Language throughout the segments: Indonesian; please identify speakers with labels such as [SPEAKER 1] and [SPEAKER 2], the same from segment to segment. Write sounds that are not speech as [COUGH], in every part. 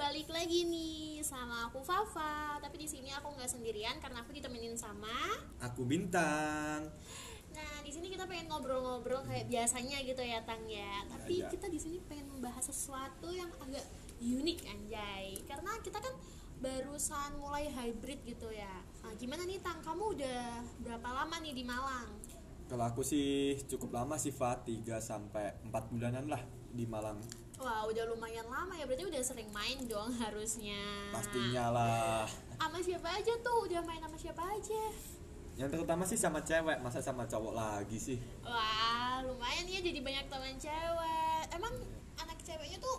[SPEAKER 1] balik lagi nih sama aku Fafa. Tapi di sini aku nggak sendirian karena aku ditemenin sama.
[SPEAKER 2] Aku Bintang.
[SPEAKER 1] Nah di sini kita pengen ngobrol-ngobrol kayak biasanya gitu ya Tang ya. Tapi
[SPEAKER 2] ya.
[SPEAKER 1] kita di sini pengen membahas sesuatu yang agak unik anjay. Karena kita kan barusan mulai hybrid gitu ya. Nah, gimana nih Tang? Kamu udah berapa lama nih di Malang?
[SPEAKER 2] Kalau aku sih cukup lama sih Fat, 3 sampai 4 bulanan lah di Malang.
[SPEAKER 1] Wah udah lumayan lama ya. Berarti udah sering main dong harusnya.
[SPEAKER 2] Pastinya lah.
[SPEAKER 1] Sama siapa aja tuh? Udah main sama siapa aja?
[SPEAKER 2] Yang terutama sih sama cewek, masa sama cowok lagi sih?
[SPEAKER 1] Wah, lumayan ya jadi banyak teman cewek. Emang anak ceweknya tuh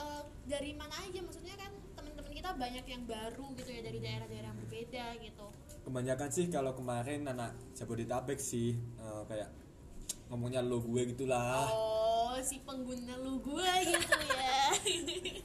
[SPEAKER 1] eh, dari mana aja? Maksudnya kan teman-teman kita banyak yang baru gitu ya dari daerah-daerah yang berbeda gitu.
[SPEAKER 2] Kebanyakan sih kalau kemarin anak Jabodetabek sih eh, kayak ngomongnya lo gue gitu gitulah.
[SPEAKER 1] Oh, si pengguna lu gue gitu ya.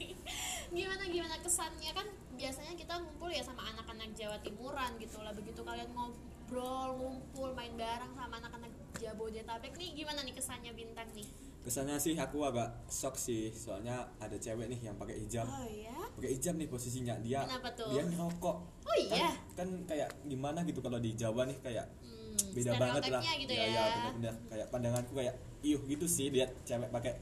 [SPEAKER 1] [LAUGHS] gimana gimana kesannya kan biasanya kita ngumpul ya sama anak-anak Jawa Timuran gitu lah. Begitu kalian ngobrol, ngumpul, main bareng sama anak-anak Jabodetabek nih gimana nih kesannya bintang nih?
[SPEAKER 2] Kesannya sih aku agak shock sih, soalnya ada cewek nih yang pakai hijab.
[SPEAKER 1] Oh ya.
[SPEAKER 2] Pakai hijab nih posisinya dia.
[SPEAKER 1] Kenapa tuh?
[SPEAKER 2] Dia nyokok.
[SPEAKER 1] Oh iya.
[SPEAKER 2] Kan, kan kayak gimana gitu kalau di Jawa nih kayak
[SPEAKER 1] Hmm,
[SPEAKER 2] beda banget lah
[SPEAKER 1] stereotipnya gitu
[SPEAKER 2] ya,
[SPEAKER 1] ya.
[SPEAKER 2] ya benar-benar kayak pandanganku kayak iuh gitu sih lihat cewek pakai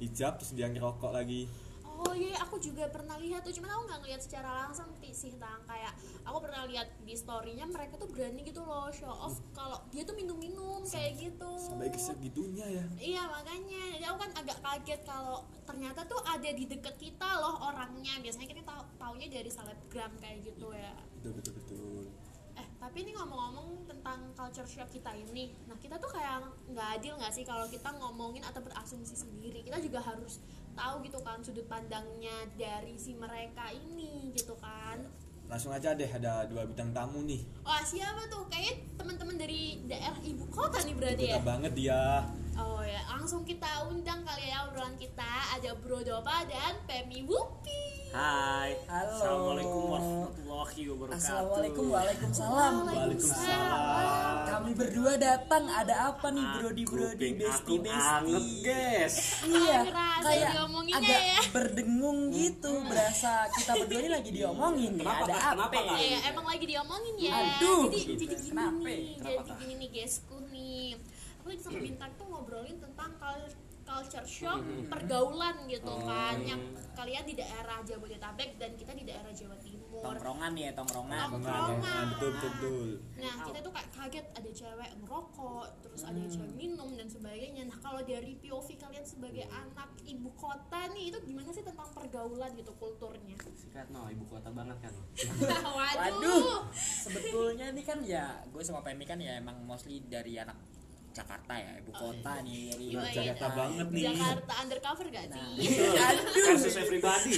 [SPEAKER 2] hijab terus dia ngerokok lagi
[SPEAKER 1] Oh iya, aku juga pernah lihat tuh, cuman aku nggak ngeliat secara langsung ti- sih tang kayak aku pernah lihat di storynya mereka tuh berani gitu loh show off kalau dia tuh minum-minum kayak gitu.
[SPEAKER 2] Hmm. sampai ke segitunya ya
[SPEAKER 1] Iya makanya, jadi aku kan agak kaget kalau ternyata tuh ada di deket kita loh orangnya. Biasanya kita tahu taunya dari selebgram kayak gitu ya.
[SPEAKER 2] betul betul betul
[SPEAKER 1] Eh tapi ini ngomong-ngomong tentang culture shock kita ini, nah kita tuh kayak nggak adil nggak sih kalau kita ngomongin atau berasumsi sendiri. Kita juga harus tahu gitu kan sudut pandangnya dari si mereka ini gitu kan.
[SPEAKER 2] langsung aja deh ada dua bidang tamu nih
[SPEAKER 1] Wah siapa tuh? Kayaknya teman-teman dari daerah ibu kota nih berarti
[SPEAKER 2] Kota
[SPEAKER 1] ya.
[SPEAKER 2] banget dia
[SPEAKER 1] Oh ya langsung kita undang kali ya obrolan kita ada Bro Dopa dan Pemi Wupi.
[SPEAKER 3] Hai,
[SPEAKER 4] Halo.
[SPEAKER 3] Assalamualaikum warahmatullahi wabarakatuh.
[SPEAKER 4] Assalamualaikum, waalaikumsalam.
[SPEAKER 2] Waalaikumsalam.
[SPEAKER 4] Kami berdua datang. Ada apa nih, Brodi Brodi,
[SPEAKER 3] Ah, Kuping
[SPEAKER 4] Besti
[SPEAKER 3] Nah, aku anget,
[SPEAKER 4] Besti?
[SPEAKER 3] guys.
[SPEAKER 4] Iya,
[SPEAKER 1] Ngerasa
[SPEAKER 4] kayak
[SPEAKER 1] diomonginnya
[SPEAKER 4] agak
[SPEAKER 1] ya.
[SPEAKER 4] berdengung gitu, berasa kita berdua ini lagi diomongin nih.
[SPEAKER 3] Kenapa,
[SPEAKER 4] Ada
[SPEAKER 3] Kak? Kenapa,
[SPEAKER 4] apa?
[SPEAKER 3] Kak?
[SPEAKER 1] Iya, emang lagi diomongin ya.
[SPEAKER 4] Aduh.
[SPEAKER 1] Jadi, jadi gini
[SPEAKER 4] Kenapa?
[SPEAKER 1] nih,
[SPEAKER 3] Kenapa,
[SPEAKER 1] jadi
[SPEAKER 3] Kak?
[SPEAKER 1] gini nih guysku nih. Aku lagi sama bintang tuh ngobrolin tentang cul- culture shock pergaulan gitu kan, yang kalian di daerah Jabodetabek dan kita di daerah Jawa Timur.
[SPEAKER 4] Tongkrongan ya, tongkrongan.
[SPEAKER 1] Tongkrongan.
[SPEAKER 2] Tongkrongan, ya. betul betul betul
[SPEAKER 1] Nah, kita tuh kayak kaget ada cewek ngerokok, terus ada cewek minum dan sebagainya. Nah, kalau dari POV kalian sebagai anak ibu kota nih, itu gimana sih tentang pergaulan gitu kulturnya?
[SPEAKER 3] Sikat no, ibu kota banget kan.
[SPEAKER 1] Waduh.
[SPEAKER 4] Waduh, sebetulnya nih kan ya, gue sama Pemi kan ya emang mostly dari anak Jakarta ya, ibu kota nih dari
[SPEAKER 1] Iya, iya.
[SPEAKER 2] Jakarta
[SPEAKER 4] Nah,
[SPEAKER 2] banget nih
[SPEAKER 1] Jakarta undercover gak sih?
[SPEAKER 4] Aduh.
[SPEAKER 3] Kasus everybody.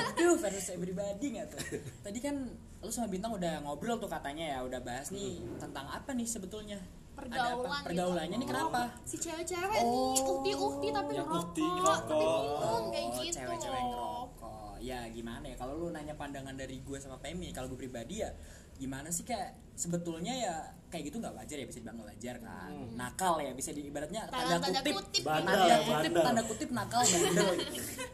[SPEAKER 4] Aduh, versus everybody nggak tuh. Tadi kan lu sama Bintang udah ngobrol tuh katanya ya, udah bahas nih tentang apa nih sebetulnya? Ada apa?
[SPEAKER 1] Pergaulan gitu. Oh,
[SPEAKER 4] Pergaulannya nih kenapa?
[SPEAKER 1] si cewek-cewek
[SPEAKER 4] Oh.
[SPEAKER 1] nih ukti-ukti tapi
[SPEAKER 2] Yang
[SPEAKER 1] ngerokok,
[SPEAKER 2] ukti
[SPEAKER 1] tapi
[SPEAKER 2] ngerokok.
[SPEAKER 1] minum kayak gitu
[SPEAKER 4] Oh, cewek-cewek ngerokok. Ya gimana ya kalau lu nanya pandangan dari gue sama Pemi, kalau gue pribadi ya gimana sih kayak sebetulnya ya kayak gitu nggak wajar ya bisa dibilang nggak wajar kan nakal ya bisa diibaratnya
[SPEAKER 1] Hmm. Tanda-
[SPEAKER 4] tanda,
[SPEAKER 1] tanda
[SPEAKER 4] kutip,
[SPEAKER 1] kutip gitu ya.
[SPEAKER 2] Bandel,
[SPEAKER 4] tanda kutip
[SPEAKER 2] bandel.
[SPEAKER 4] tanda kutip nakal bandel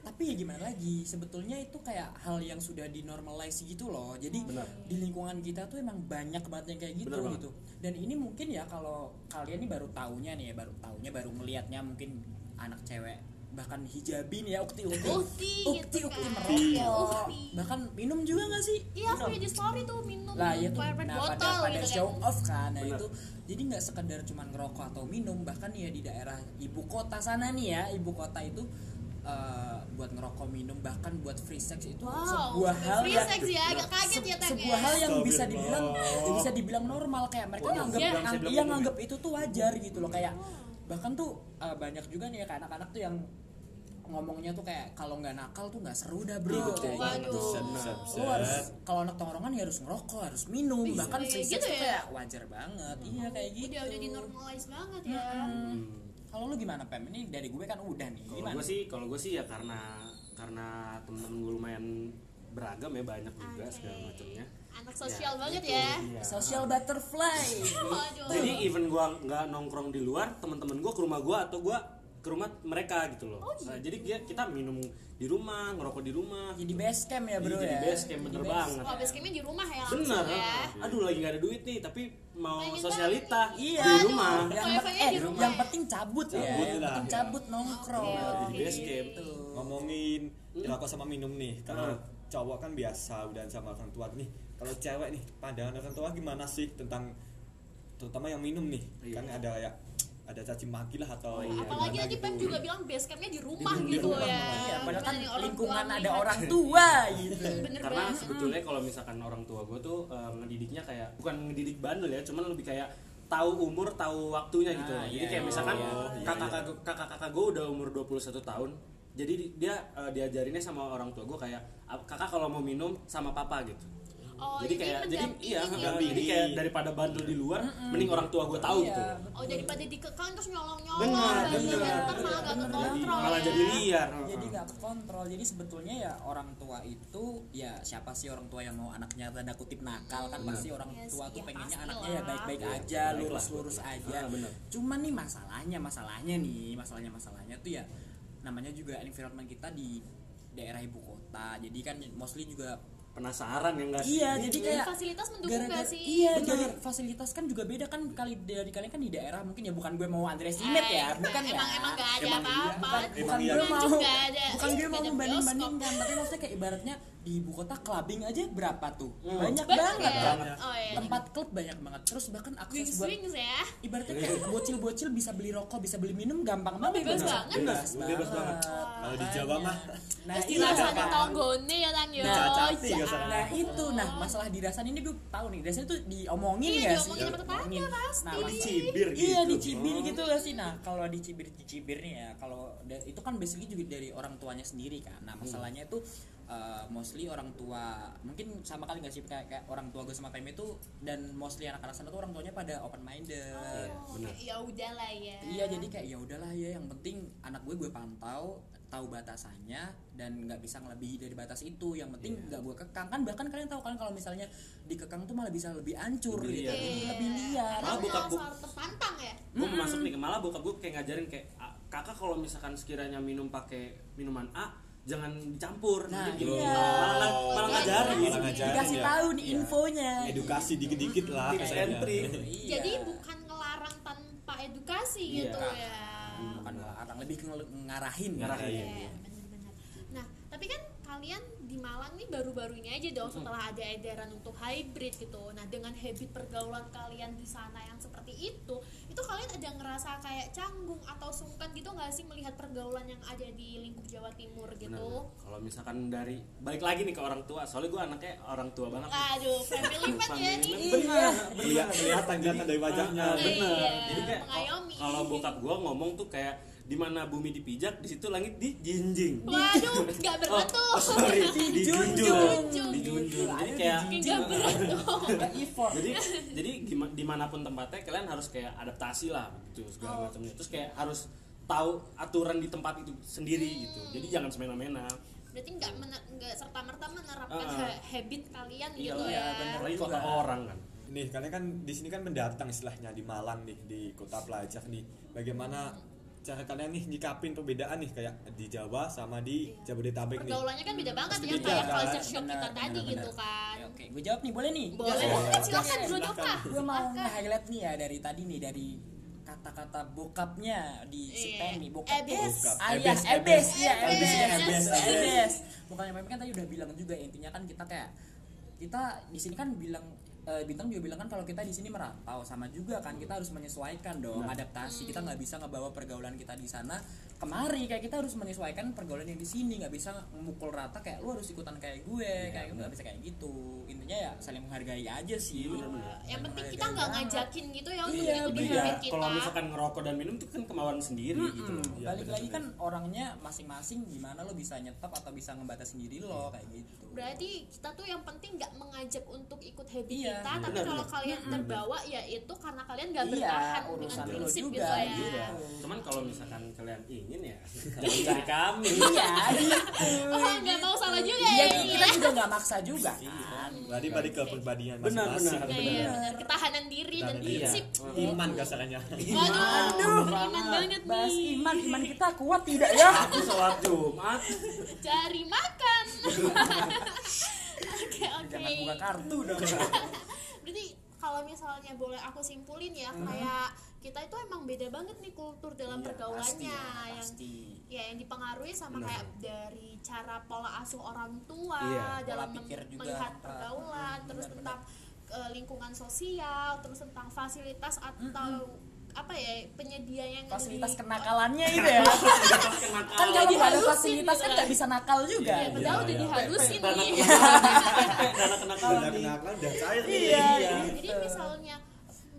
[SPEAKER 4] tapi ya gimana lagi sebetulnya itu kayak hal yang sudah dinormalize gitu loh jadi di lingkungan kita tuh emang banyak banget yang kayak gitu
[SPEAKER 3] Bener banget.
[SPEAKER 4] gitu dan ini mungkin ya kalau kalian nih baru taunya nih ya baru taunya baru ngelihatnya mungkin anak cewek bahkan hijabin ya ukti ukti
[SPEAKER 1] Ukti gitu
[SPEAKER 4] ukti ukti
[SPEAKER 1] kan. Iya,
[SPEAKER 4] merokok
[SPEAKER 1] ukti.
[SPEAKER 4] bahkan minum juga nggak sih
[SPEAKER 1] iya aku liat di story tuh minum
[SPEAKER 4] lah ya tuh
[SPEAKER 1] air
[SPEAKER 4] nah, pada,
[SPEAKER 1] botol
[SPEAKER 4] pada
[SPEAKER 1] gitu
[SPEAKER 4] show
[SPEAKER 1] kan
[SPEAKER 4] off kan nah
[SPEAKER 3] Bener.
[SPEAKER 4] itu jadi nggak sekedar cuman ngerokok atau minum bahkan ya di daerah ibu kota sana nih ya ibu kota itu eh, buat ngerokok minum bahkan buat free sex itu
[SPEAKER 1] Wow,
[SPEAKER 4] sebuah hal
[SPEAKER 1] free
[SPEAKER 4] yang
[SPEAKER 1] sex ya, agak kaget
[SPEAKER 4] se-
[SPEAKER 1] ya Tang
[SPEAKER 4] sebuah hal yang bisa
[SPEAKER 2] Astagfirullah.
[SPEAKER 4] dibilang bisa dibilang normal kayak mereka
[SPEAKER 3] Wah,
[SPEAKER 4] nganggap
[SPEAKER 3] iya.
[SPEAKER 4] yang
[SPEAKER 3] Bisa dibilang
[SPEAKER 4] yang
[SPEAKER 3] umum ya?
[SPEAKER 4] nganggap itu tuh wajar gitu loh kayak bahkan tuh eh, banyak juga nih ya kayak anak-anak tuh yang ngomongnya tuh kayak kalau nggak nakal tuh nggak seru dah bro
[SPEAKER 2] Betul,
[SPEAKER 1] Waduh.
[SPEAKER 4] Kayak gitu.
[SPEAKER 2] Bisa, bisa, bisa.
[SPEAKER 4] Lu harus kalau anak tongkrongan ya harus ngerokok harus minum
[SPEAKER 1] Bisa,
[SPEAKER 4] bahkan
[SPEAKER 1] iya,
[SPEAKER 4] free
[SPEAKER 1] gitu
[SPEAKER 4] sex tuh
[SPEAKER 1] ya?
[SPEAKER 4] kayak wajar banget iya kayak gitu
[SPEAKER 1] udah udah dinormalize banget ya
[SPEAKER 4] kalau lu gimana pem ini dari gue kan udah nih
[SPEAKER 3] Kalau
[SPEAKER 4] gimana
[SPEAKER 3] gue sih, kalau gue sih ya karena karena temen-temen gue lumayan beragam ya banyak juga
[SPEAKER 1] Oke.
[SPEAKER 3] segala macamnya.
[SPEAKER 1] anak sosial
[SPEAKER 3] Ya,
[SPEAKER 1] banget
[SPEAKER 3] gitu.
[SPEAKER 1] ya
[SPEAKER 3] Iya.
[SPEAKER 4] social butterfly
[SPEAKER 1] waduh
[SPEAKER 3] Jadi even gua nggak nongkrong di luar, teman-teman gua ke rumah gua atau gua ke rumah mereka gitu loh.
[SPEAKER 1] Oh,
[SPEAKER 3] Nah,
[SPEAKER 1] gitu.
[SPEAKER 3] jadi dia- kita minum di rumah, ngerokok di rumah.
[SPEAKER 4] Jadi base camp ya
[SPEAKER 3] Jadi-
[SPEAKER 4] bro
[SPEAKER 3] jadi
[SPEAKER 4] ya.
[SPEAKER 3] base camp, bener banget.
[SPEAKER 1] Oh, base campnya di rumah ya langsung
[SPEAKER 3] Bener.
[SPEAKER 1] ya.
[SPEAKER 3] Aduh lagi nggak ada duit nih, tapi mau
[SPEAKER 1] Pengen
[SPEAKER 3] sosialita
[SPEAKER 1] banget.
[SPEAKER 3] iya
[SPEAKER 1] Aduh.
[SPEAKER 3] di rumah.
[SPEAKER 4] Yang,
[SPEAKER 1] Wifi-nya
[SPEAKER 4] pe- eh,
[SPEAKER 1] di rumah
[SPEAKER 4] yang
[SPEAKER 1] ya? Iya,
[SPEAKER 4] penting cabut, ya.
[SPEAKER 2] Cabut
[SPEAKER 4] Yang
[SPEAKER 2] lah,
[SPEAKER 4] penting
[SPEAKER 2] ya.
[SPEAKER 4] cabut nongkrong. Gitu.
[SPEAKER 1] Oke, oke.
[SPEAKER 3] Jadi base camp.
[SPEAKER 4] Tuh.
[SPEAKER 2] ngomongin rokok sama minum nih kalau
[SPEAKER 3] Hmm.
[SPEAKER 2] cowok kan biasa udah sama orang tua nih kalau cewek nih pandangan orang tua gimana sih tentang terutama yang minum nih
[SPEAKER 3] Iya.
[SPEAKER 2] kan ada ya ada caci maki lah atau
[SPEAKER 3] Oh, iya.
[SPEAKER 1] Apalagi
[SPEAKER 2] gimana
[SPEAKER 1] lagi Pep
[SPEAKER 2] gitu.
[SPEAKER 1] juga bilang base campnya di rumah
[SPEAKER 2] Di- di
[SPEAKER 1] gitu
[SPEAKER 2] rumah.
[SPEAKER 1] ya.
[SPEAKER 4] Iya, padahal
[SPEAKER 1] Gimana
[SPEAKER 4] kan
[SPEAKER 1] nih orang
[SPEAKER 4] lingkungan
[SPEAKER 1] tua
[SPEAKER 4] ada
[SPEAKER 1] melihat?
[SPEAKER 4] orang tua gitu.
[SPEAKER 1] Hmm, Bener
[SPEAKER 3] karena
[SPEAKER 1] banget.
[SPEAKER 3] sebetulnya
[SPEAKER 4] mm.
[SPEAKER 3] kalau misalkan orang tua gue tuh eh, ngedidiknya kayak bukan ngedidik bandel ya cuman lebih kayak tahu umur tahu waktunya gitu loh.
[SPEAKER 4] Ah,
[SPEAKER 3] jadi
[SPEAKER 4] iya,
[SPEAKER 3] kayak
[SPEAKER 4] iya,
[SPEAKER 3] misalkan
[SPEAKER 2] iya, iya.
[SPEAKER 3] kakak-kakak kakak-kakak gue udah umur 21 tahun jadi di- dia eh, diajarinnya sama orang tua gue kayak "Ap- kakak kalau mau minum sama papa gitu
[SPEAKER 1] Oh,
[SPEAKER 3] jadi kayak jadi
[SPEAKER 1] mendampingi
[SPEAKER 3] iya
[SPEAKER 1] ya.
[SPEAKER 3] jadi kayak daripada bandel di luar mending orang tua gue tahu
[SPEAKER 4] Iya,
[SPEAKER 3] gitu
[SPEAKER 1] Oh, daripada dikekang terus nyolong-nyolong.
[SPEAKER 3] Bener,
[SPEAKER 1] bandel,
[SPEAKER 3] bener.
[SPEAKER 1] ntar malah gak
[SPEAKER 4] Bener,
[SPEAKER 3] jadi
[SPEAKER 1] kekontrol.
[SPEAKER 3] malah
[SPEAKER 1] ya.
[SPEAKER 3] jadi liar
[SPEAKER 4] jadi nggak kekontrol jadi sebetulnya ya orang tua itu ya siapa sih orang tua yang mau anaknya tanda kutip nakal kan pasti orang
[SPEAKER 1] Yes,
[SPEAKER 4] tua tuh
[SPEAKER 1] iya,
[SPEAKER 4] pengennya
[SPEAKER 1] pastilah.
[SPEAKER 4] anaknya ya baik-baik
[SPEAKER 3] Iya,
[SPEAKER 4] aja
[SPEAKER 3] baik-baik
[SPEAKER 4] lurus-lurus
[SPEAKER 3] lah.
[SPEAKER 4] aja
[SPEAKER 3] Ah, bener.
[SPEAKER 4] cuman nih masalahnya masalahnya nih masalahnya masalahnya tuh ya namanya juga environment kita di daerah ibu kota jadi kan mostly juga
[SPEAKER 3] penasaran ya enggak
[SPEAKER 4] iya jadi
[SPEAKER 1] Dan
[SPEAKER 4] kayak
[SPEAKER 1] fasilitas mendukung
[SPEAKER 4] gara-gara
[SPEAKER 1] gak sih?
[SPEAKER 4] iya
[SPEAKER 3] Bener.
[SPEAKER 4] jadi fasilitas kan juga beda kan kali dari kalian kan di daerah mungkin ya bukan gue mau underestimate
[SPEAKER 1] Eh,
[SPEAKER 4] ya bukan
[SPEAKER 1] emang,
[SPEAKER 4] ya
[SPEAKER 1] Emang gak ada
[SPEAKER 2] Emang iya,
[SPEAKER 1] apa-apa.
[SPEAKER 2] bukan-
[SPEAKER 4] bukan
[SPEAKER 2] Emang iya.
[SPEAKER 4] gue mau
[SPEAKER 1] Juga ada.
[SPEAKER 4] bukan gue mau
[SPEAKER 1] Ada
[SPEAKER 4] membanding
[SPEAKER 1] bioskop.
[SPEAKER 4] bandingkan tapi maksudnya kayak ibaratnya di ibu kota clubbing aja berapa tuh
[SPEAKER 3] Hmm.
[SPEAKER 1] Banyak
[SPEAKER 4] banyak banget
[SPEAKER 1] ya?
[SPEAKER 4] kan
[SPEAKER 2] Banyak.
[SPEAKER 1] Oh, iya.
[SPEAKER 4] tempat klub banyak banget terus bahkan akses buat
[SPEAKER 1] Wings-wings ya.
[SPEAKER 4] ibaratnya kayak bocil-bocil bisa beli rokok bisa beli minum gampang banget
[SPEAKER 1] bebas
[SPEAKER 4] Bang.
[SPEAKER 1] banget.
[SPEAKER 2] Bebas, bebas banget. Kalau di Jawa mah,
[SPEAKER 4] nah
[SPEAKER 1] Terus
[SPEAKER 4] iya,
[SPEAKER 1] dirasa di
[SPEAKER 4] kan.
[SPEAKER 1] tonggone ya kan yo.
[SPEAKER 2] Dicacati ya,
[SPEAKER 1] Ya.
[SPEAKER 2] Sarah.
[SPEAKER 4] Nah itu, nah masalah dirasan ini gue tahu nih, biasanya tuh diomongin
[SPEAKER 1] Iya,
[SPEAKER 4] ya
[SPEAKER 1] diomongin sama tetangga pasti.
[SPEAKER 4] Nah, maksudnya-
[SPEAKER 3] dicibir gitu
[SPEAKER 4] Iya dicibir gitu lah sih. Nah kalau dicibir dicibir nih ya kalau da- itu kan basically juga dari orang tuanya sendiri kan. Nah
[SPEAKER 3] Hmm.
[SPEAKER 4] masalahnya itu uh, mostly orang tua mungkin sama kali gak sih kayak, kayak orang tua gue sama Femi itu dan mostly anak-anak sana tuh orang tuanya pada open minded.
[SPEAKER 1] Oh,
[SPEAKER 3] Bener.
[SPEAKER 1] Ya udah lah ya.
[SPEAKER 4] Iya jadi kayak ya udahlah ya yang penting anak gue gue pantau tahu batasannya dan nggak bisa ngelebihi dari batas itu yang penting
[SPEAKER 3] Iya.
[SPEAKER 4] nggak gue kekang kan bahkan kalian tahu kan kalau misalnya dikekang tuh malah bisa lebih hancur
[SPEAKER 3] Lebih
[SPEAKER 4] gitu
[SPEAKER 3] liar.
[SPEAKER 1] Iya.
[SPEAKER 4] lebih liar
[SPEAKER 1] Karena
[SPEAKER 3] Ah, buka
[SPEAKER 1] soal-
[SPEAKER 3] buku.
[SPEAKER 1] soal tertantang ya.
[SPEAKER 3] gue mau masuk nih malah bokap gue kayak ngajarin kayak "Ah, kakak kalau misalkan sekiranya minum pakai minuman A jangan dicampur
[SPEAKER 4] Nah,
[SPEAKER 3] Jadi
[SPEAKER 4] iya.
[SPEAKER 3] malah malah ngajarin
[SPEAKER 2] Malah ngajarin.
[SPEAKER 4] dikasih
[SPEAKER 2] ya.
[SPEAKER 4] tahu nih infonya
[SPEAKER 2] edukasi dikit-dikit lah ya.
[SPEAKER 3] Tips and
[SPEAKER 2] kayaknya.
[SPEAKER 3] trick.
[SPEAKER 4] Iya.
[SPEAKER 1] Jadi bukan ngelarang tanpa edukasi
[SPEAKER 3] Iya.
[SPEAKER 1] gitu ya.
[SPEAKER 4] bukan ngelarang lebih ke ngel- ngarahin
[SPEAKER 3] Ngarahin.
[SPEAKER 1] Iya,
[SPEAKER 3] Iya,
[SPEAKER 1] iya,
[SPEAKER 3] iya.
[SPEAKER 1] benar-benar. Nah, tapi kan kalian di Malang nih baru-baru ini aja dong setelah ada edaran untuk hybrid gitu. Nah, dengan habit pergaulan kalian di sana yang seperti itu, itu kalian ada ngerasa kayak canggung atau sungkan gitu nggak sih melihat pergaulan yang ada di lingkup Jawa Timur
[SPEAKER 3] Bener.
[SPEAKER 1] gitu?
[SPEAKER 3] kalau misalkan dari balik lagi nih ke orang tua soalnya gue anaknya orang tua banget
[SPEAKER 1] Aduh, family man Iya, ya
[SPEAKER 3] Family
[SPEAKER 1] nih.
[SPEAKER 3] man. bener
[SPEAKER 2] Iya, [LAUGHS] kelihatan kelihatan dari wajahnya.
[SPEAKER 3] Ah, bener
[SPEAKER 1] Iya,
[SPEAKER 3] jadi kayak
[SPEAKER 1] mengayomi.
[SPEAKER 3] kalau bokap gue ngomong tuh kayak di mana bumi dipijak di situ langit dijinjing
[SPEAKER 1] Waduh, nggak berat tuh.
[SPEAKER 3] [LAUGHS] oh, sorry dijunjung
[SPEAKER 1] Dijunjung.
[SPEAKER 3] dijunjung jadi
[SPEAKER 4] Ayo
[SPEAKER 3] kayak
[SPEAKER 1] Kayak nggak berat tuh.
[SPEAKER 4] Agak effort [LAUGHS]
[SPEAKER 3] jadi jadi gima- dimanapun tempatnya kalian harus kayak adaptasi lah gitu
[SPEAKER 4] Oh.
[SPEAKER 3] segala macamnya terus kayak harus tahu aturan di tempat itu sendiri gitu
[SPEAKER 4] Hmm.
[SPEAKER 3] jadi jangan semena-mena
[SPEAKER 1] Berarti nggak mener- nggak serta merta menerapkan
[SPEAKER 3] Ah.
[SPEAKER 1] ha- habit kalian
[SPEAKER 3] Iya,
[SPEAKER 1] gitu
[SPEAKER 4] iya,
[SPEAKER 1] ya.
[SPEAKER 4] bener.
[SPEAKER 3] apalagi kota
[SPEAKER 4] Juga.
[SPEAKER 3] orang kan
[SPEAKER 2] Nih, kalian kan di sini kan mendatang istilahnya di Malang nih, di kota pelajar nih. Bagaimana cara kalian nih nyikapin perbedaan nih kayak di Jawa sama di Jabodetabek nih?
[SPEAKER 4] Iya.
[SPEAKER 1] Pergaulannya kan beda banget
[SPEAKER 2] Pasti
[SPEAKER 1] ya
[SPEAKER 2] beda,
[SPEAKER 1] kayak
[SPEAKER 2] kan?
[SPEAKER 1] culture shock kita
[SPEAKER 4] Benar,
[SPEAKER 1] tadi
[SPEAKER 4] benar,
[SPEAKER 1] gitu
[SPEAKER 4] benar.
[SPEAKER 1] kan.
[SPEAKER 4] Ya, Oke, gue jawab nih, boleh nih?
[SPEAKER 1] Boleh,
[SPEAKER 4] iya.
[SPEAKER 2] Boleh.
[SPEAKER 1] silakan Bro Nyoka.
[SPEAKER 4] gue mau nge-highlight nih ya dari tadi nih dari kata-kata bokapnya di si
[SPEAKER 1] Iya.
[SPEAKER 4] Penny bokap
[SPEAKER 1] Ebes.
[SPEAKER 2] Bokap.
[SPEAKER 4] ayah
[SPEAKER 2] Ebes,
[SPEAKER 4] ebes
[SPEAKER 2] ebes. iya,
[SPEAKER 4] ya ebes
[SPEAKER 1] Ebes,
[SPEAKER 4] ebes
[SPEAKER 2] ebes.
[SPEAKER 4] ebes bukannya Penny kan tadi udah bilang juga intinya kan kita kayak kita di sini kan bilang eh, bintang juga bilang kan kalau kita di sini merantau sama juga kan kita harus menyesuaikan dong
[SPEAKER 1] Hmm.
[SPEAKER 4] adaptasi kita nggak bisa ngebawa pergaulan kita di sana kemari kayak kita harus menyesuaikan pergaulan yang di sini nggak bisa memukul rata kayak lu harus ikutan kayak gue kayak
[SPEAKER 2] Iya,
[SPEAKER 4] gue nggak bisa kayak gitu intinya ya saling menghargai aja sih
[SPEAKER 2] Iya,
[SPEAKER 1] Eh, Yang penting kita nggak ngajakin gitu ya untuk
[SPEAKER 4] Iya,
[SPEAKER 1] ngikutin
[SPEAKER 4] benar.
[SPEAKER 1] habit
[SPEAKER 3] iya
[SPEAKER 1] kita.
[SPEAKER 3] kalau misalkan ngerokok dan minum itu kan kemauan sendiri gitu loh
[SPEAKER 4] Mm,
[SPEAKER 2] Iya,
[SPEAKER 4] balik lagi
[SPEAKER 2] benar-benar.
[SPEAKER 4] kan orangnya masing-masing gimana lo bisa nyetop atau bisa ngebatas sendiri lo kayak gitu
[SPEAKER 1] Berarti kita tuh yang penting nggak mengajak untuk ikut habit
[SPEAKER 4] Iya.
[SPEAKER 1] kita, tapi
[SPEAKER 3] Benar,
[SPEAKER 1] kalau
[SPEAKER 3] benar.
[SPEAKER 1] kalian terbawa ya itu karena kalian nggak
[SPEAKER 4] Iya,
[SPEAKER 1] bertahan dengan
[SPEAKER 4] urusan
[SPEAKER 2] lo
[SPEAKER 1] prinsip
[SPEAKER 4] juga,
[SPEAKER 1] gitu ya.
[SPEAKER 3] Iya. cuman kalau misalkan kalian
[SPEAKER 4] [LAUGHS]
[SPEAKER 3] ingin ya jangan cari kami
[SPEAKER 4] iya gitu
[SPEAKER 1] Oh, nggak mau salah juga
[SPEAKER 4] iya
[SPEAKER 1] ya.
[SPEAKER 4] kita juga juga nggak maksa juga kan
[SPEAKER 2] Berarti balik ke perbandingan
[SPEAKER 3] Benar,
[SPEAKER 2] masing-masing.
[SPEAKER 3] benar.
[SPEAKER 1] Iya, benar. Ketahanan diri dan
[SPEAKER 2] Dan
[SPEAKER 3] iya.
[SPEAKER 1] prinsip.
[SPEAKER 2] Iman kasarnya.
[SPEAKER 1] Waduh, iman banget
[SPEAKER 4] bahas
[SPEAKER 1] nih.
[SPEAKER 4] iman iman kita kuat tidak ya
[SPEAKER 3] Aku sholat Jumat.
[SPEAKER 1] Cari
[SPEAKER 4] [LAUGHS]
[SPEAKER 1] makan. Oke, oke.
[SPEAKER 4] jangan buka kartu dong
[SPEAKER 1] Berarti kalau misalnya boleh aku simpulin ya, kayak kita itu emang beda banget nih kultur dalam
[SPEAKER 4] Hmm. Iya, pasti
[SPEAKER 1] pergaulannya
[SPEAKER 4] ya,
[SPEAKER 1] yang
[SPEAKER 4] pasti.
[SPEAKER 1] ya yang dipengaruhi sama
[SPEAKER 3] Benar.
[SPEAKER 1] kayak dari cara pola asuh orang tua
[SPEAKER 3] Iya,
[SPEAKER 1] dalam
[SPEAKER 4] pola
[SPEAKER 1] mem-
[SPEAKER 4] pikir juga.
[SPEAKER 1] melihat
[SPEAKER 4] Ah,
[SPEAKER 1] pergaulan
[SPEAKER 4] mm,
[SPEAKER 1] terus
[SPEAKER 4] benar,
[SPEAKER 1] tentang eh, lingkungan sosial terus tentang fasilitas atau apa ya penyedia yang
[SPEAKER 4] Hmm, fasilitas
[SPEAKER 1] dari-
[SPEAKER 4] kenakalannya itu ya kan kalau
[SPEAKER 1] Jadi
[SPEAKER 4] nggak ada
[SPEAKER 1] halusin
[SPEAKER 4] fasilitas kan
[SPEAKER 1] gitu
[SPEAKER 4] nggak
[SPEAKER 1] kan.
[SPEAKER 4] bisa nakal juga
[SPEAKER 1] Iya, padahal udah
[SPEAKER 2] Iya, iya.
[SPEAKER 1] dihalusin nih.
[SPEAKER 3] Dana
[SPEAKER 2] Udah
[SPEAKER 3] kenakalan nih.
[SPEAKER 2] kenakalan udah cair nih.
[SPEAKER 4] Iya,
[SPEAKER 1] Jadi misalnya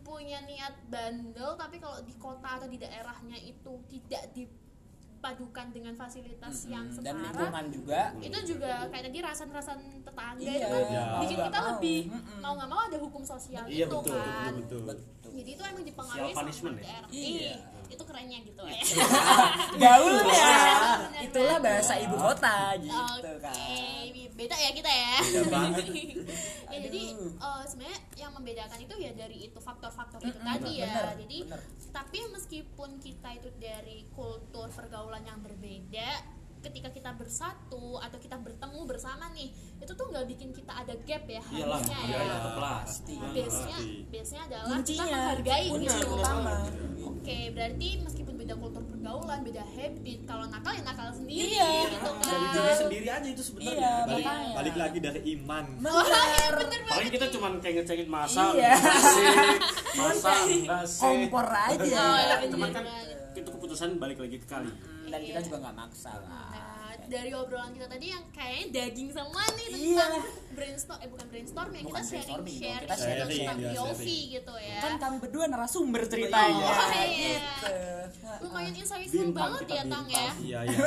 [SPEAKER 1] punya niat bandel tapi kalau di kota atau di daerahnya itu tidak dipadukan dengan fasilitas yang
[SPEAKER 4] Mm-mm, dan
[SPEAKER 1] setara
[SPEAKER 4] lingkungan juga
[SPEAKER 1] itu juga kayak tadi rasan-rasan tetangga
[SPEAKER 4] Iya,
[SPEAKER 1] itu
[SPEAKER 2] Iya.
[SPEAKER 1] kan bikin
[SPEAKER 4] mau
[SPEAKER 1] kita
[SPEAKER 4] nggak
[SPEAKER 1] lebih
[SPEAKER 4] mau. Mm-mm.
[SPEAKER 1] mau nggak mau ada hukum sosial
[SPEAKER 3] Iya,
[SPEAKER 1] itu
[SPEAKER 3] betul,
[SPEAKER 1] kan
[SPEAKER 2] Betul.
[SPEAKER 4] betul
[SPEAKER 1] jadi itu emang dipengaruhi
[SPEAKER 3] Social punishment
[SPEAKER 1] sama
[SPEAKER 3] ya?
[SPEAKER 1] daerah
[SPEAKER 4] Iya.
[SPEAKER 1] Ih, itu kerennya gitu ya
[SPEAKER 4] gaulnya
[SPEAKER 1] Benar-benar.
[SPEAKER 4] ya. itulah bahasa ibu kota gitu
[SPEAKER 1] Oke,
[SPEAKER 4] kan
[SPEAKER 1] beda ya kita ya.
[SPEAKER 2] Beda banget.
[SPEAKER 1] [LAUGHS] ya jadi
[SPEAKER 4] Aduh.
[SPEAKER 1] eh, sebenarnya yang membedakan itu ya dari itu faktor-faktor itu
[SPEAKER 4] Mm-mm,
[SPEAKER 1] tadi ya.
[SPEAKER 4] benar,
[SPEAKER 1] jadi
[SPEAKER 4] benar.
[SPEAKER 1] tapi meskipun kita itu dari kultur pergaulan yang berbeda, ketika kita bersatu atau kita bertemu bersama nih, itu tuh nggak bikin kita ada gap ya
[SPEAKER 3] Iyalah,
[SPEAKER 4] Iya.
[SPEAKER 3] iya,
[SPEAKER 1] harusnya ya.
[SPEAKER 3] iyalah, pasti.
[SPEAKER 1] Biasanya,
[SPEAKER 2] Pasti.
[SPEAKER 1] biasanya adalah kita
[SPEAKER 4] kuncinya
[SPEAKER 1] menghargai
[SPEAKER 4] kunci
[SPEAKER 1] gitu.
[SPEAKER 4] utama
[SPEAKER 1] Oke, berarti meskipun beda kultur pergaulan, beda habit, kalau nakal ya nakal sendiri
[SPEAKER 4] Iya.
[SPEAKER 1] gitu kan.
[SPEAKER 3] Dari diri sendiri aja itu sebenarnya.
[SPEAKER 4] Iya.
[SPEAKER 2] Balik,
[SPEAKER 4] Makanya.
[SPEAKER 2] balik lagi dari iman.
[SPEAKER 1] Bener. bener
[SPEAKER 3] Paling
[SPEAKER 1] banget.
[SPEAKER 3] kita cuma kayak ngecengin masa,
[SPEAKER 4] Iya.
[SPEAKER 3] enggak sih, masa enggak sih.
[SPEAKER 4] kompor aja
[SPEAKER 1] Oh, iya,
[SPEAKER 3] Cuman
[SPEAKER 1] bener
[SPEAKER 3] kan
[SPEAKER 1] banget.
[SPEAKER 3] itu keputusan balik lagi ke kali.
[SPEAKER 4] dan kita juga nggak maksa lah
[SPEAKER 1] Nah, dari obrolan kita tadi yang kayaknya daging semua nih
[SPEAKER 4] Iya.
[SPEAKER 1] tentang brainstorm eh bukan brainstorm ya kita
[SPEAKER 4] Bukan
[SPEAKER 1] sharing
[SPEAKER 4] brainstorming dong,
[SPEAKER 1] sharing
[SPEAKER 4] kita
[SPEAKER 1] tentang
[SPEAKER 2] sharing,
[SPEAKER 1] tentang
[SPEAKER 2] iya,
[SPEAKER 1] POV
[SPEAKER 2] sharing.
[SPEAKER 1] gitu ya.
[SPEAKER 4] kan kami berdua narasumber ceritanya
[SPEAKER 1] Oh, iya.
[SPEAKER 4] gitu
[SPEAKER 1] Lumayan insightful
[SPEAKER 3] Bintang
[SPEAKER 1] banget
[SPEAKER 3] kita
[SPEAKER 1] ya Tang ya.
[SPEAKER 3] bintang.
[SPEAKER 2] Iya, iya.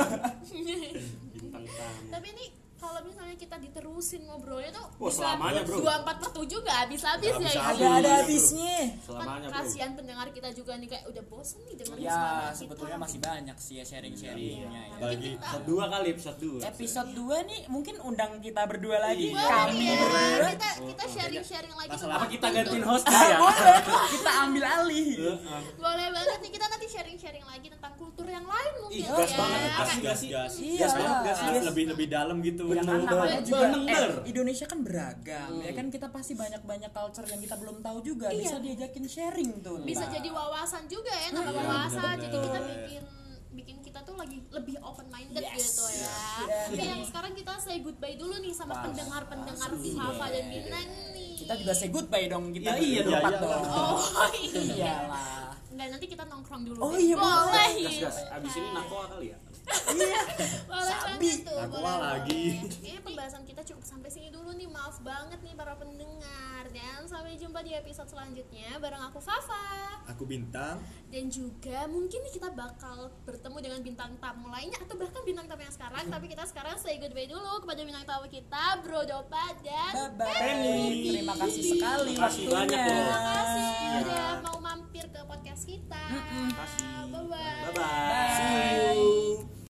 [SPEAKER 3] Bintang tamu.
[SPEAKER 1] Tapi ini kalau misalnya kita diterusin ngobrolnya tuh
[SPEAKER 3] Wah, selamanya, Bro.
[SPEAKER 1] 24 per 7 gak habis-habis
[SPEAKER 2] Nggak
[SPEAKER 1] ya.
[SPEAKER 2] habis-habis.
[SPEAKER 4] ada ada habisnya
[SPEAKER 1] Kan
[SPEAKER 3] Selamanya, Bro.
[SPEAKER 1] kasihan pendengar kita juga nih kayak udah bosen nih dengan
[SPEAKER 4] ya sebetulnya masih banyak sih ya sharing sharingnya ya.
[SPEAKER 2] Bagi
[SPEAKER 3] Episode 2 kali, episode 2.
[SPEAKER 4] episode 2 nih mungkin undang kita berdua lagi
[SPEAKER 3] Iya.
[SPEAKER 4] kami Oh,
[SPEAKER 1] ya,
[SPEAKER 4] berdua
[SPEAKER 1] kita kita sharing-sharing lagi
[SPEAKER 2] Masalah
[SPEAKER 3] Apa
[SPEAKER 1] tentang
[SPEAKER 3] kita
[SPEAKER 1] kultur
[SPEAKER 3] gantiin host
[SPEAKER 4] Ah,
[SPEAKER 3] ya?
[SPEAKER 4] boleh kita ambil alih
[SPEAKER 3] Heeh.
[SPEAKER 1] boleh banget nih kita nanti sharing-sharing lagi tentang kultur yang lain mungkin
[SPEAKER 3] Ih,
[SPEAKER 1] ya.
[SPEAKER 3] gas banget,
[SPEAKER 2] gas
[SPEAKER 3] Asik gak
[SPEAKER 2] gas
[SPEAKER 3] sih?
[SPEAKER 2] gas.
[SPEAKER 4] Iya.
[SPEAKER 2] Gas banget, gas, gas.
[SPEAKER 4] Gas.
[SPEAKER 2] lebih lebih dalam gitu.
[SPEAKER 4] Ya kan
[SPEAKER 3] Bener,
[SPEAKER 4] namanya
[SPEAKER 3] bener.
[SPEAKER 4] juga
[SPEAKER 3] Bener.
[SPEAKER 4] eh, Indonesia kan beragam ya kan kita pasti banyak banyak culture yang kita belum tahu juga
[SPEAKER 1] Iya.
[SPEAKER 4] bisa diajakin sharing tuh
[SPEAKER 1] Bisa
[SPEAKER 4] Mbak.
[SPEAKER 1] jadi wawasan juga ya, nambah
[SPEAKER 2] Iya,
[SPEAKER 1] wawasan.
[SPEAKER 2] bener-bener.
[SPEAKER 1] Jadi kita bikin bikin kita tuh lagi lebih open minded
[SPEAKER 4] Yes.
[SPEAKER 1] gitu ya.
[SPEAKER 4] Yes.
[SPEAKER 3] Iya.
[SPEAKER 1] Tapi yang sekarang kita say goodbye dulu nih sama
[SPEAKER 4] Wah,
[SPEAKER 1] pendengar-pendengar
[SPEAKER 4] langsung
[SPEAKER 1] Safa
[SPEAKER 4] deh.
[SPEAKER 1] dan Binan nih.
[SPEAKER 4] kita juga say goodbye dong kita
[SPEAKER 3] Iya, iya,
[SPEAKER 4] berempat
[SPEAKER 2] iya,
[SPEAKER 4] dong
[SPEAKER 1] Oh iya.
[SPEAKER 4] iyalah
[SPEAKER 1] Nggak, nanti kita nongkrong dulu.
[SPEAKER 4] Oh,
[SPEAKER 1] deh.
[SPEAKER 4] iya, boleh.
[SPEAKER 1] boleh.
[SPEAKER 3] Gas, gas. Abis ini nakoa kali ya?
[SPEAKER 1] Boleh
[SPEAKER 4] Sabi.
[SPEAKER 1] banget tuh,
[SPEAKER 2] Aku
[SPEAKER 1] boleh,
[SPEAKER 2] mah
[SPEAKER 1] boleh.
[SPEAKER 2] lagi.
[SPEAKER 1] Kayaknya pembahasan kita cukup sampai sini dulu nih. Maaf banget nih para pendengar. Dan sampai jumpa di episode selanjutnya bareng aku Fafa.
[SPEAKER 2] Aku bintang.
[SPEAKER 1] Dan juga mungkin nih kita bakal bertemu dengan bintang tamu lainnya atau bahkan bintang tamu yang sekarang. Tapi kita sekarang say goodbye dulu kepada bintang tamu kita, Bro Dopa dan
[SPEAKER 4] bye bye terima kasih sekali
[SPEAKER 3] Terima kasih banyak,
[SPEAKER 4] waktunya.
[SPEAKER 3] loh.
[SPEAKER 1] terima kasih
[SPEAKER 3] Iya.
[SPEAKER 1] udah mau mampir ke podcast kita.
[SPEAKER 3] Kasih.
[SPEAKER 1] Bye-bye.
[SPEAKER 3] Bye-bye.